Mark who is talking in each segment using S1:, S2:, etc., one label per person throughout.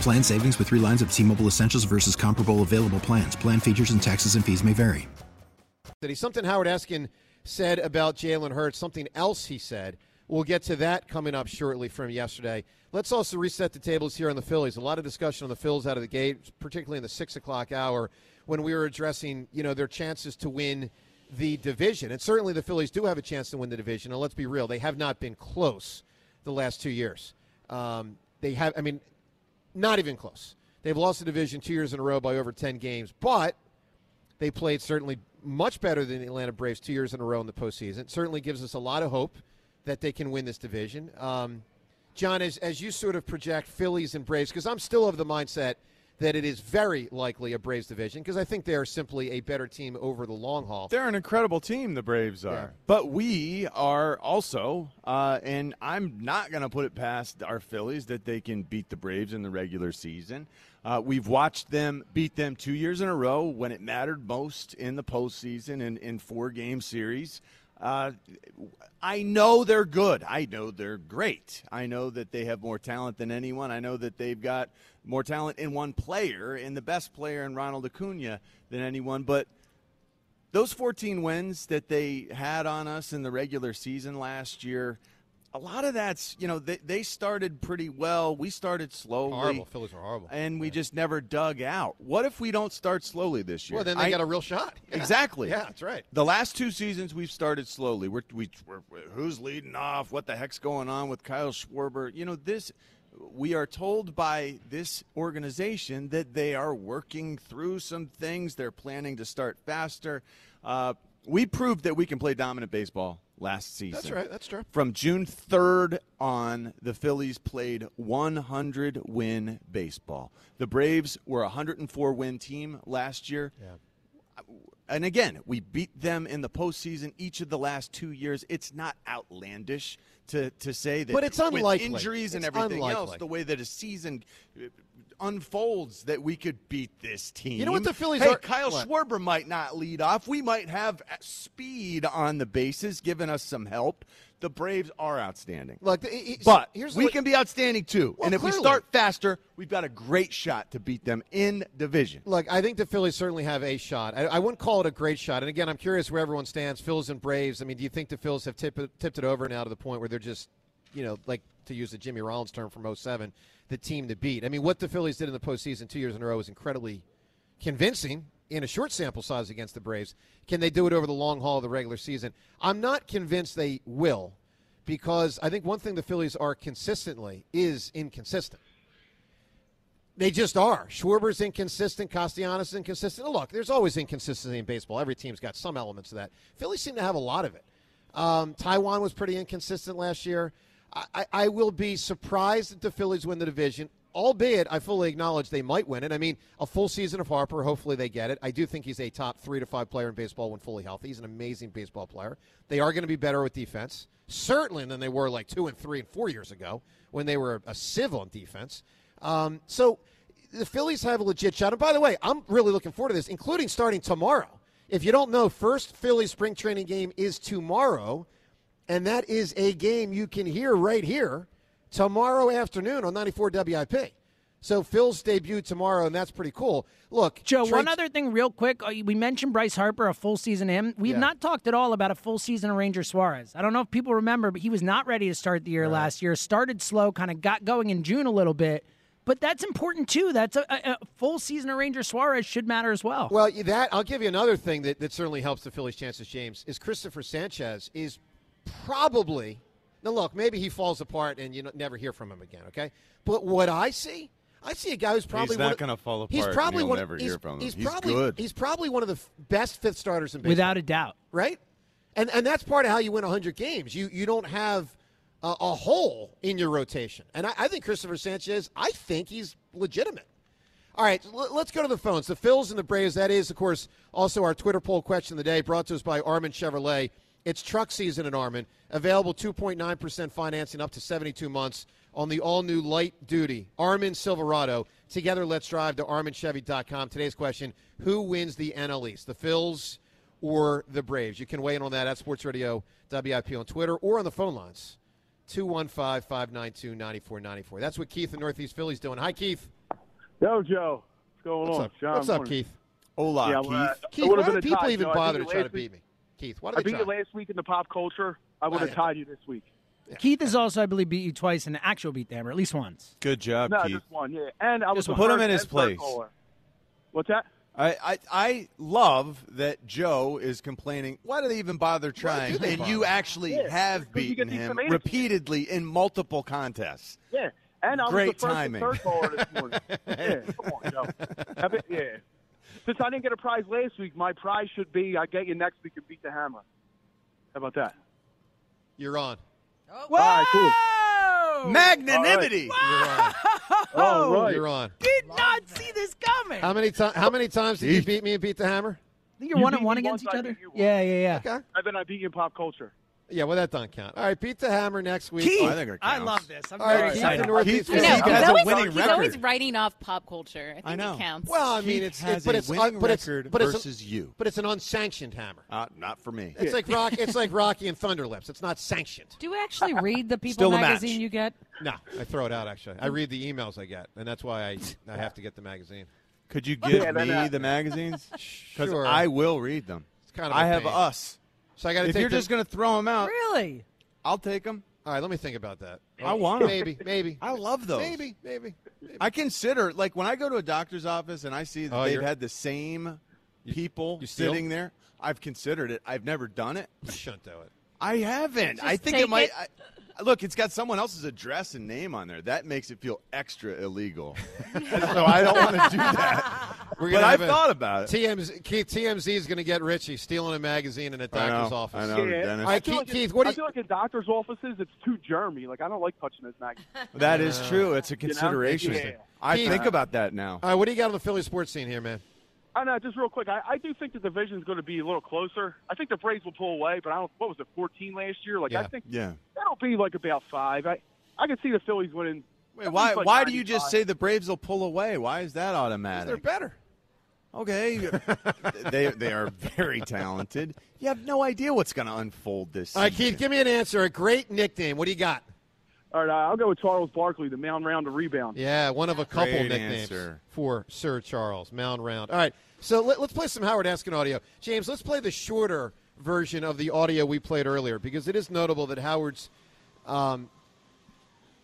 S1: Plan savings with three lines of T Mobile Essentials versus comparable available plans. Plan features and taxes and fees may vary.
S2: That he's something Howard Eskin said about Jalen Hurts, something else he said. We'll get to that coming up shortly from yesterday. Let's also reset the tables here on the Phillies. A lot of discussion on the Phillies out of the gate, particularly in the six o'clock hour when we were addressing, you know, their chances to win the division. And certainly the Phillies do have a chance to win the division. And let's be real, they have not been close the last two years. Um, they have, I mean, not even close. They've lost the division two years in a row by over 10 games, but they played certainly much better than the Atlanta Braves two years in a row in the postseason. It certainly gives us a lot of hope that they can win this division. Um, John, as, as you sort of project Phillies and Braves, because I'm still of the mindset that it is very likely a Braves division, because I think they are simply a better team over the long haul.
S3: They're an incredible team, the Braves are. But we are also, uh, and I'm not going to put it past our Phillies that they can beat the Braves in the regular season. Uh, we've watched them beat them two years in a row when it mattered most in the postseason and in four game series. Uh, I know they're good. I know they're great. I know that they have more talent than anyone. I know that they've got more talent in one player, in the best player in Ronald Acuna than anyone. But those 14 wins that they had on us in the regular season last year, a lot of that's, you know, they, they started pretty well. We started slowly.
S2: Horrible. Phillies are horrible.
S3: And we just never dug out. What if we don't start slowly this year?
S2: Well, then they
S3: I-
S2: got a real shot. Yeah.
S3: Exactly.
S2: Yeah, that's right.
S3: The last two seasons we've started slowly. We're, we, we're, we're- who's leading off? What the heck's going on with Kyle Schwarber? You know this. We are told by this organization that they are working through some things. They're planning to start faster. Uh, we proved that we can play dominant baseball last season.
S2: That's right. That's true.
S3: From June 3rd on, the Phillies played 100 win baseball. The Braves were a 104 win team last year. And again, we beat them in the postseason each of the last two years. It's not outlandish to, to say that,
S2: But it's
S3: with
S2: unlikely.
S3: injuries and
S2: It's
S3: everything
S2: unlikely.
S3: else, the way that a season uh, unfolds, that we could beat this team.
S2: You know what the Phillies
S3: hey,
S2: are-
S3: Kyle
S2: what?
S3: Schwarber might not lead off. We might have speed on the bases, giving us some help. The Braves are outstanding.
S2: Look, it- it-
S3: But
S2: here's
S3: we
S2: what-
S3: can be outstanding too.
S2: Well,
S3: and if
S2: clearly.
S3: we start faster, we've got a great shot to beat them in division.
S2: Look, I think the Phillies certainly have a shot. I, I wouldn't call it a great shot. And again, I'm curious where everyone stands. Phils and Braves. I mean, do you think the Phils have tipped it, tipped it over now to the point where they're just, you know, like to use the Jimmy Rollins term from 07, the team to beat? I mean, what the Phillies did in the postseason two years in a row was incredibly convincing in a short sample size against the Braves. Can they do it over the long haul of the regular season? I'm not convinced they will because I think one thing the Phillies are consistently is inconsistent. They just are. Schwarber's inconsistent. Castellanos is inconsistent. And look, there's always inconsistency in baseball. Every team's got some elements of that. Phillies seem to have a lot of it. Um, Taiwan was pretty inconsistent last year. I, I, I will be surprised if the Phillies win the division, albeit I fully acknowledge they might win it. I mean, a full season of Harper, hopefully they get it. I do think he's a top three to five player in baseball when fully healthy. He's an amazing baseball player. They are going to be better with defense, certainly than they were like two and three and four years ago when they were a sieve on defense. Um, so the Phillies have a legit shot. And by the way, I'm really looking forward to this, including starting tomorrow. If you don't know, first Phillies spring training game is tomorrow, and that is a game you can hear right here tomorrow afternoon on 94 WIP. So Phil's debut tomorrow, and that's pretty cool. Look,
S4: Joe,
S2: Trey-
S4: one other thing, real quick. Uh, We mentioned Bryce Harper, a full season him. We've
S2: Yeah.
S4: not talked at all about a full season of Ranger Suarez. I don't know if people remember, but he was not ready to start the year last year. Started slow, kind of got going in June a little bit, But that's important too. That's a, a, a full season of Ranger Suarez should matter as well.
S2: Well, you- that I'll give you another thing that, that certainly helps the Phillies' chances, James, is Christopher Sanchez is probably now look, maybe he falls apart and you n- never hear from him again, okay? But what I see, I see a guy who's probably
S3: not
S2: one of-
S3: gonna fall
S2: He's
S3: apart and
S2: probably
S3: you'll
S2: one,
S3: never
S2: he's,
S3: hear from him.
S2: He's,
S3: He's
S2: probably
S3: good.
S2: he's probably one of the f- best fifth starters in baseball.
S4: Without a doubt.
S2: right? And and that's part of how you win 100 games. You you don't have a, a hole in your rotation. And I, I think Christopher Sanchez, I think he's legitimate. All right, l- let's go to the phones. The Phils and the Braves. That is, of course, also our Twitter poll question of the day, brought to us by Armin Chevrolet. It's truck season in Armin. Available 2.9% financing up to 72 months on the all-new light duty Armin Silverado. Together, let's drive to ArminChevy.com. Today's question: Who wins the NL East? The Phils or the Braves. You can weigh in on that at Sports Radio WIP on Twitter or on the phone lines 215 592 9494. That's what Keith in Northeast Philly's doing. Hi, Keith.
S5: Yo, Joe. What's going
S2: What's
S5: on?
S2: up,
S5: Sean,
S2: What's up
S5: morning.
S2: Keith?
S3: Hola,
S5: Yeah, well,
S3: Keith.
S5: uh,
S2: Keith,
S5: it would
S2: why
S5: have been
S2: do
S5: a
S2: people
S5: tie,
S2: even
S5: Joe. I
S2: bother to
S5: beat you
S2: try to
S5: last week-
S2: beat me? Keith, why do
S5: I
S2: they
S5: beat
S2: try?
S5: you last week in the pop culture. I would
S2: yeah.
S5: have tied you this week.
S4: Keith has also, I believe, beat you twice in an actual beat the hammer, at least once.
S3: Good job,
S5: No,
S3: Keith.
S5: just one. Yeah, and I was
S3: Just
S5: the
S3: put him
S5: first
S3: in his
S5: and third
S3: place.
S5: caller. What's that?
S3: I, I I love that Joe is complaining. Why do they even bother trying?
S2: they
S3: and
S2: bother?
S3: you actually
S5: Yeah,
S3: have
S5: because you
S3: beaten
S5: get these
S3: him
S5: tomatoes.
S3: repeatedly in multiple contests.
S5: Yeah, and I
S3: Great
S5: was the first
S3: timing.
S5: and third caller this morning. yeah, come on, Joe. I bet- yeah, since I didn't get a prize last week, my prize should be I get you next week and beat the hammer. How about that?
S2: You're on.
S4: Whoa!
S5: All right, cool.
S4: Oh!
S5: Oh.
S3: Magnanimity.
S5: All right.
S2: You're on.
S4: Did not see this coming.
S2: How many times? How many times did you beat me and beat the hammer?
S4: I think you're
S5: You
S4: one and
S5: beat
S4: one
S5: me
S4: against each
S5: once, I
S4: other.
S5: beat you once.
S4: Yeah, yeah, yeah.
S2: Okay.
S5: And then I beat you in pop culture.
S2: Yeah, well that don't count. All right, beat the hammer next week.
S4: Keith,
S3: I think it
S4: I
S3: counts.
S4: love this. I'm
S2: All right,
S4: very
S2: Keith
S4: excited.
S2: in Northeast
S3: Keith-
S2: Philly.
S3: He's
S6: No,
S3: got
S6: he's
S3: a
S6: always,
S3: winning
S6: he's
S3: record.
S6: always writing off pop culture. I think
S3: I know.
S6: it counts.
S2: Well, I mean,
S3: Keith
S2: it's
S3: has
S2: but
S3: a
S2: it's uh,
S3: winning
S2: but it's
S3: record
S2: but it's
S3: versus you.
S2: But it's an unsanctioned hammer.
S3: Uh, not for me.
S2: It's like rock. It's like Rocky and Thunderlips. It's not sanctioned.
S7: Do you actually read the People
S3: Still a match.
S7: magazine you get?
S2: No, I throw it out. Actually, I read the emails I get, and that's why I, I have to get the magazine.
S3: Could you give
S5: Yeah, then,
S3: me
S5: uh,
S3: the magazines? Because
S2: Sure.
S3: I will read them.
S2: It's kind of
S3: I
S2: a
S3: have
S2: pain.
S3: us.
S2: So I got to
S3: If
S2: take.
S3: you're
S2: the-
S3: just going to throw them out,
S4: Really?
S3: I'll take them.
S2: all right, let me think about that.
S3: I want 'em.
S2: Maybe, maybe.
S3: I love those.
S2: Maybe, maybe. maybe.
S3: I consider like when I go to a doctor's office and I see that
S2: Oh,
S3: they've
S2: you're-
S3: had the same people
S2: you steal?
S3: sitting there. I've considered it. I've never done it.
S2: You shouldn't do it.
S3: I haven't. I
S7: Just
S3: think
S7: take
S3: it might.
S7: it.
S3: I, look, it's got someone else's address and name on there. That makes it feel extra illegal. so I don't want to do that.
S2: We're
S3: but
S2: gonna
S3: I've
S2: have a-
S3: thought about it.
S2: TMZ, Keith, TMZ is going to get Richie stealing a magazine in a
S3: I know,
S2: doctor's office.
S3: I know,
S5: Yeah.
S3: Dennis.
S2: I
S5: I feel
S2: Keith-
S5: like in-
S2: Keith, what do
S5: I
S2: you-
S5: feel like in doctors' offices, it's too germy. Like I don't like touching this magazine.
S3: That is true. It's a consideration.
S5: Interesting.
S3: I
S2: Keith-
S3: think about that now.
S2: All right, what do you got on the Philly sports scene here, man?
S5: I know. Just real quick, I, I do think the division's going to be a little closer. I think the Braves will pull away, but I don't. What was it, 14 last year? Like
S2: Yeah.
S5: I think
S3: Yeah.
S5: that'll be like about five. I I could see the Phillies winning.
S3: Wait,
S5: at
S3: why?
S5: least, like,
S3: why do you just
S5: 95.
S3: say the Braves will pull away? Why is that automatic?
S2: better.
S3: Okay, they they are very talented. You have no idea what's going to unfold this.
S2: All right,
S3: season.
S2: Keith, give me an answer. A great nickname. What do you got?
S5: All right, I'll go with Charles Barkley, the mound round to rebound.
S2: Yeah, one of a couple
S3: Great
S2: nicknames
S3: answer.
S2: for Sir Charles Mound Round. All right, so let, us play some Howard Askin audio. James, let's play the shorter version of the audio we played earlier because it is notable that Howard's, um,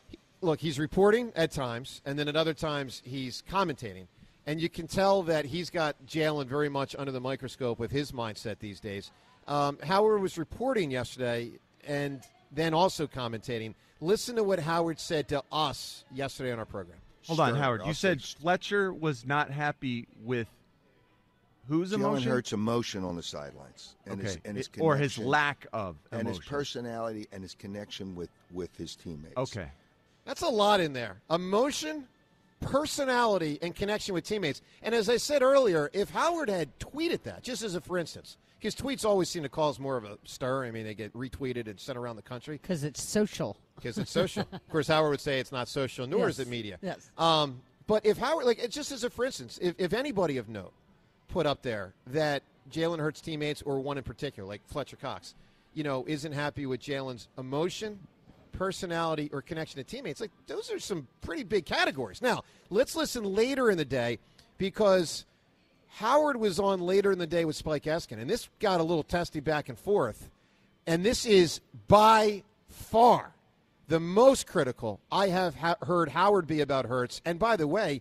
S2: he- look, he's reporting at times, and then at other times he's commentating, and you can tell that he's got Jalen very much under the microscope with his mindset these days. Um, Howard was reporting yesterday, and then also commentating. Listen to what Howard said to us yesterday on our program.
S8: Hold on,
S9: Stern,
S8: Howard.
S9: I'll
S8: You said
S9: say-
S8: Fletcher was not happy with whose
S9: Jalen
S8: emotion
S9: Hurts' emotion on the sidelines and
S8: okay.
S9: his and his
S8: It- or his
S9: connection
S8: lack of
S9: and his
S8: emotion.
S9: personality and his connection with with his teammates.
S8: Okay.
S2: That's a lot in there. Emotion, personality, and connection with teammates. And as I said earlier, if Howard had tweeted that, just as a for instance, his tweets always seem to cause more of a stir. I mean, they get retweeted and sent around the country
S7: Because it's social.
S2: because it's social. of course, Howard would say it's not social, nor is
S7: Yes,
S2: it media.
S7: yes.
S2: Um, but if Howard, like, it's just as a for instance, if, if anybody of note put up there that Jalen Hurts teammates or one in particular, like Fletcher Cox, you know, isn't happy with Jalen's emotion, personality, or connection to teammates, like those are some pretty big categories. Now, let's listen later in the day because Howard was on later in the day with Spike Eskin, and this got a little testy back and forth. And this is by far The most critical I have ha- heard Howard be about Hertz, and by the way,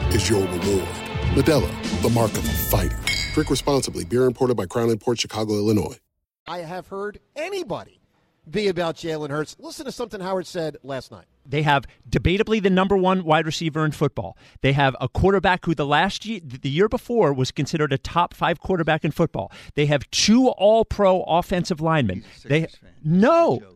S5: is your reward. Medella, the mark of a fighter. Drink responsibly. Beer imported by Crown Port Chicago, Illinois.
S2: I have heard anybody be about Jalen Hurts. Listen to something Howard said last night.
S10: They have debatably the number one wide receiver in football. They have a quarterback who the last year, the year before was considered a top five quarterback in football. They have two All Pro offensive linemen. They no.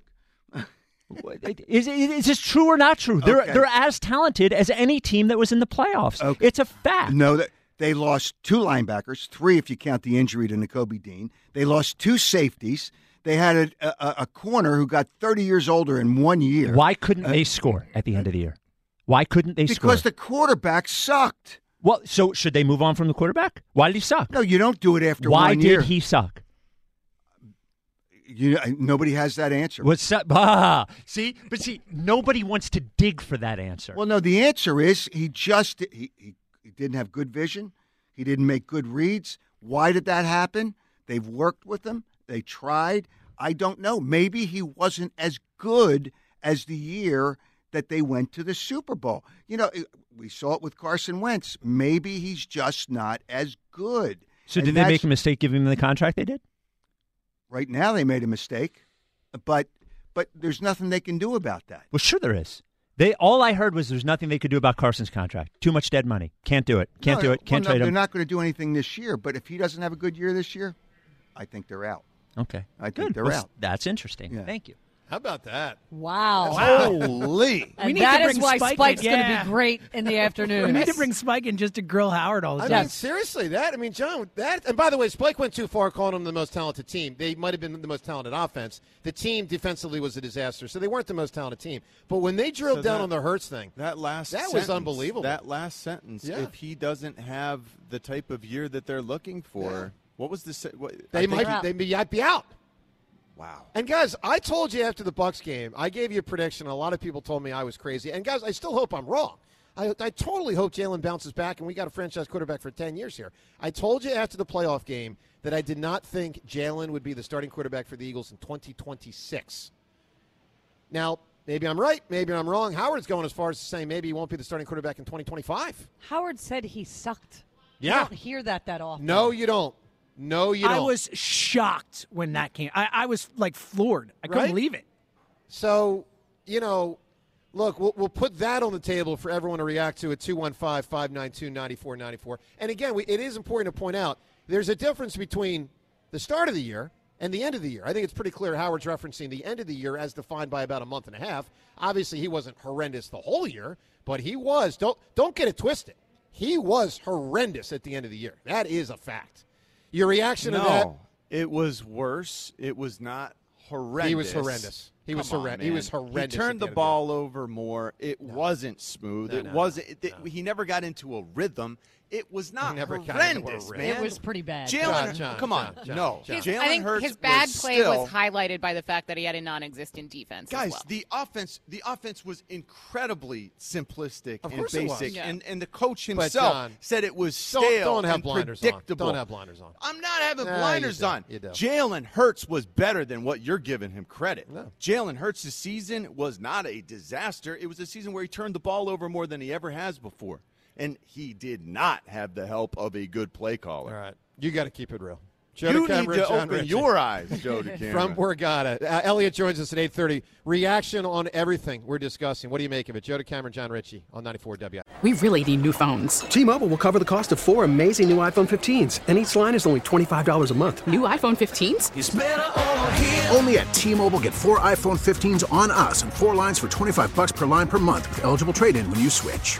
S10: is, is this true or not true? They're
S3: Okay.
S10: they're as talented as any team that was in the playoffs. It's a fact.
S3: No, that they lost two linebackers, three if you count the injury to N'Kobe Dean. They lost two safeties. They had a, a, a corner who got 30 years older in one year. Uh,
S10: Why couldn't they score at the end of the year? Why couldn't they score?
S3: Because the quarterback sucked.
S10: Well, so should they move on from the quarterback? Why did he suck?
S3: No, you don't do it after
S10: Why
S3: one
S10: did
S3: year.
S10: he suck?
S3: You, uh, nobody has that answer.
S10: What's up? Ah, see, but see, nobody wants to dig for that answer.
S3: Well, no, the answer is he just he, he, he didn't have good vision. He didn't make good reads. Why did that happen? They've worked with him. They tried. I don't know. Maybe he wasn't as good as the year that they went to the Super Bowl. You know, it- we saw it with Carson Wentz. Maybe he's just not as good.
S10: So
S3: And
S10: did they
S3: that's-
S10: make a mistake giving him the contract they did?
S3: Right now, they made a mistake, but but there's nothing they can do about that.
S10: Well, sure there is. They all I heard was there's nothing they could do about Carson's contract. Too much dead money. Can't do it. Can't
S3: No,
S10: do
S3: no,
S10: it. Can't
S3: well, no,
S10: trade
S3: They're
S10: him.
S3: not going to do anything this year. But if he doesn't have a good year this year, I think they're out.
S10: okay.
S3: I think
S10: Good.
S3: they're
S10: Well,
S3: out.
S10: That's interesting. Thank you.
S2: How about that?
S6: Wow.
S11: Holy.
S6: And
S4: We need
S6: that
S4: to
S6: is
S4: bring
S6: why
S4: Spike in.
S6: Spike's going to
S4: Yeah.
S6: be great in the afternoon.
S4: We need to bring Spike in just to grill Howard all the
S2: I
S4: time.
S2: mean, seriously, that. I mean, John, that. And by the way, Spike went too far calling them the most talented team. They might have been the most talented offense. The team defensively was a disaster, so they weren't the most talented team. But when they drilled
S11: So
S2: down
S11: that-
S2: on the Hurts thing,
S11: That last
S2: that
S11: sentence,
S2: was unbelievable.
S11: That last sentence.
S2: Yeah.
S11: If he doesn't have the type of year that they're looking for, what was the se- what, I
S2: they
S11: think-
S2: might, be, they might be out.
S11: Wow.
S2: And guys, I told you after the Bucks game, I gave you a prediction. A lot of people told me I was crazy. And guys, I still hope I'm wrong. I, I totally hope Jalen bounces back, and we got a franchise quarterback for 10 years here. I told you after the playoff game that I did not think Jalen would be the starting quarterback for the Eagles in 2026. Now, maybe I'm right, maybe I'm wrong. Howard's going as far as to say maybe he won't be the starting quarterback in 2025.
S6: Howard said he sucked.
S2: Yeah.
S6: You don't hear that that often.
S2: No, you don't. No, you don't.
S4: I was shocked when that came. I, I was like floored. I couldn't
S2: Right?
S4: believe it.
S2: So, you know, look, we'll, we'll put that on the table for everyone to react to at 215 592 9494. And again, we, it is important to point out there's a difference between the start of the year and the end of the year. I think it's pretty clear Howard's referencing the end of the year as defined by about a month and a half. Obviously, he wasn't horrendous the whole year, but he was. Don't, don't get it twisted. He was horrendous at the end of the year. That is a fact. Your reaction
S11: no,
S2: to that
S11: it was worse. It was not horrendous.
S2: horrendous. He was
S11: Come on,
S2: horren- he
S11: man.
S2: was horrendous
S11: He
S2: at
S11: turned the
S2: the end of the
S11: ball over more. It wasn't smooth.
S2: No,
S11: it
S2: no,
S11: wasn't. it- he never got into a rhythm.
S3: It was not
S2: never counted the
S3: horrendous,
S2: word
S3: man.
S12: It was pretty bad.
S3: Jalen,
S2: John, John,
S3: come on,
S2: John, John,
S3: no.
S2: John.
S6: His-
S3: Jalen
S6: I think
S3: Hurts
S6: his bad
S3: was
S6: play
S3: still,
S6: was highlighted by the fact that he had a non-existent defense. as
S3: Guys,
S6: well.
S3: the offense the offense was incredibly simplistic
S6: Of
S3: and
S6: course it
S3: basic,
S6: was. Yeah.
S3: and and the coach
S2: But,
S3: himself
S2: John,
S3: said it was stale.
S2: Don't, don't have
S3: and
S2: blinders
S3: predictable.
S2: on. Don't have blinders on.
S3: I'm not having
S2: Nah, you
S3: blinders
S2: don't.
S3: on.
S2: You don't.
S3: Jalen Hurts was better than what you're giving him credit. Jalen Hurts' season was not a disaster. It was a season where he turned the ball over more than he ever has before. And he did not have the help of a good play caller. All
S2: right. You got to keep it real. Joe
S3: you
S2: DeCamera,
S3: need to
S2: John
S3: open
S2: Ritchie.
S3: your eyes, Joe DeCamera.
S2: From Borgata. Uh, Elliot joins us at 8.30. Reaction on everything we're discussing. What do you make of it? Joe DeCamera, John Ritchie on 94 WI.
S13: We really need new phones.
S14: T-Mobile will cover the cost of four amazing new iPhone 15s, and each line is only $25 a month.
S13: New iPhone 15s?
S15: Only at T-Mobile get four iPhone 15s on us and four lines for 25 bucks per line per month with eligible trade-in when you switch.